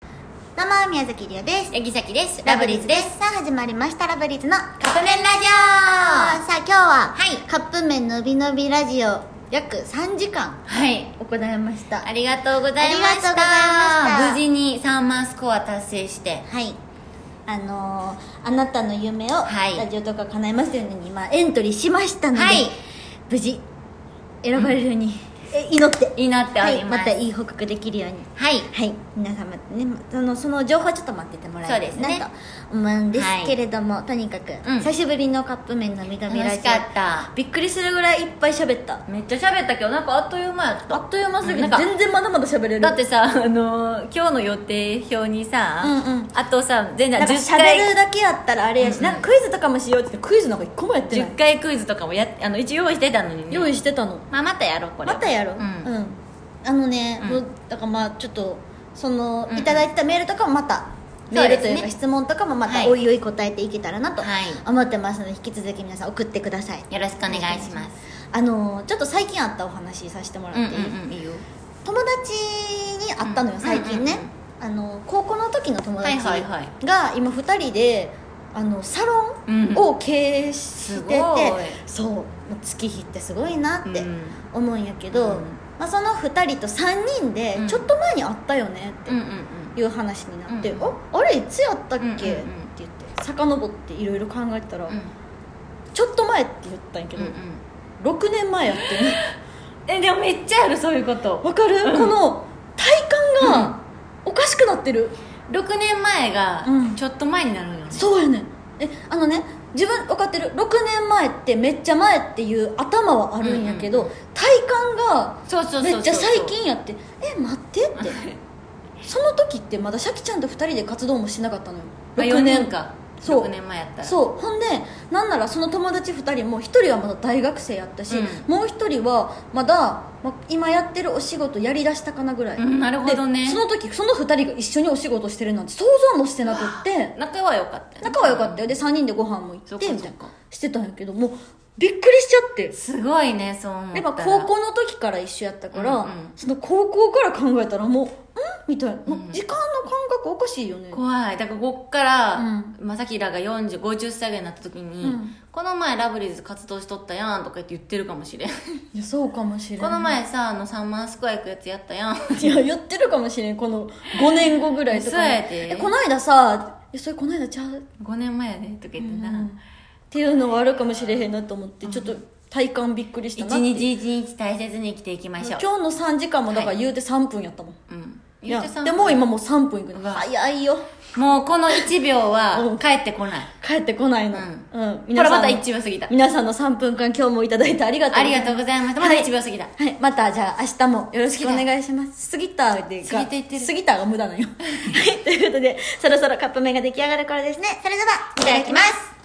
どうも宮崎りおですヤギサキですラブリーズですさあ始まりましたラブリーズのさカップ麺ラジあ今日は、はいカップ麺のびのびラジオ約3時間オはい行いましたありがとうごありがとうございましたざいました無事に3万スコア達成してはいあのーあなたの夢をはいラジオとか叶えますように今エントリーしましたので、はい無事選ばれるように、え祈って祈っておはりい、まますたいい報告できるようにはいはい皆様ねそのその情報はちょっと待っててもらえそうですねなと思うんですけれども、とにかく、うん久しぶりのカップ麺のみどみラ楽ジしオかったびっくりするぐらいいっぱい喋っためっちゃ喋ったけどなんかあっという間やったあっという間すぎてなんか全然まだまだ喋れるだってさ、あのー今日の予定表にさ、うんうんあとさ全然なんか10喋回るだけやったらあれやし、うんうんなんかクイズとかもしようって言ってクイズなんか一個もやってない10回クイズとかもやっあの一応用意してたのに、ね、用意してたのまあまたやろうこれまたやろう、うんんあのね、うんもうだからまあちょっとその、うんうんいただいてたメールとかもまたメそーうルですねというか質問とかもまはたいおいおい答えていけたらなとはい思ってますので、引き続き皆さん送ってくださいよろしくお願いしますあのちょっと最近あったお話させてもらっうてんいい、うんうんいいよ友達に会ったのようん最近ね、あの高校の時の友達が、はいはい今2人であのサロンを経営してて、うんすごいそう月日ってすごいなってうん思うんやけど、うんまあ、その2人と3人でうんちょっと前に会ったよねうんうんうんっていう話になって「うんああれいつやったっけうんうんうんって言って遡っていろいろ考えてたら、うんちょっと前って言ったんやけうんど、うん6年前やってねえでもめっちゃあるそういうこと わかる、この体感がおかしくなってる、 6年前がうんちょっと前になるんよね、そうやねんえあのね自分分かってる6年前ってめっちゃ前っていう頭はあるんやけど、うんう体感がそうそうそうそうめっちゃ最近やってえ待ってって その時ってまだシャキちゃんと2人で活動もしてなかったのよまあ6 4年年かそう6年前やったらそうほんでなんならその友達2人も1人はまだ大学生やったし、うもう1人はまだ、ま、今やってるお仕事やりだしたかなぐらい、うんなるほどねでその時その2人が一緒にお仕事してるなんて想像もしてなくって仲は良かったよね仲は良かったよで3人でご飯も行そっうかてそうみかたいなしてたんやけどもうびっくりしちゃってすごいねそう思ったやっらぱ高校の時から一緒やったから、うんうんその高校から考えたらもう「ん?」みたいな、もううん時間の感覚おかしいよね怖いだからこっから、うんまさきらが4050歳ぐらいになった時に、うんこの前ラブリーズ活動しとったやんとか言って言ってるかもし れんいやそうかもしれんこの前さあの3万スコア行くやつやったやんいや言ってるかもしれんこの5年後ぐらいとかにそうやでえこの間さ「えそれこの間ちゃう?」 5年前やでとか言ってな、っていうのはあるかもしれへんなと思って、ちょっと体感びっくりした一なって日一日大切に生きていきましょ今う日の3時間もだから言うて3分やったもん、うんい言やうてさでもう今もう3分いくのうわ早いよもうこの1秒 うはん帰ってこない帰ってこないの、ううんこれのまた1秒過ぎた皆さんの3分間今日もいただいてありがとうありがとうございましたまだはい1秒過ぎた、はい、またじゃあ明日もよろしくお願いします。過ぎたでが過ぎていってる過ぎたが 無駄なんよ。はい、ということで、そろそろカップ麺が出来上がる頃ですね。それでは、いただきます。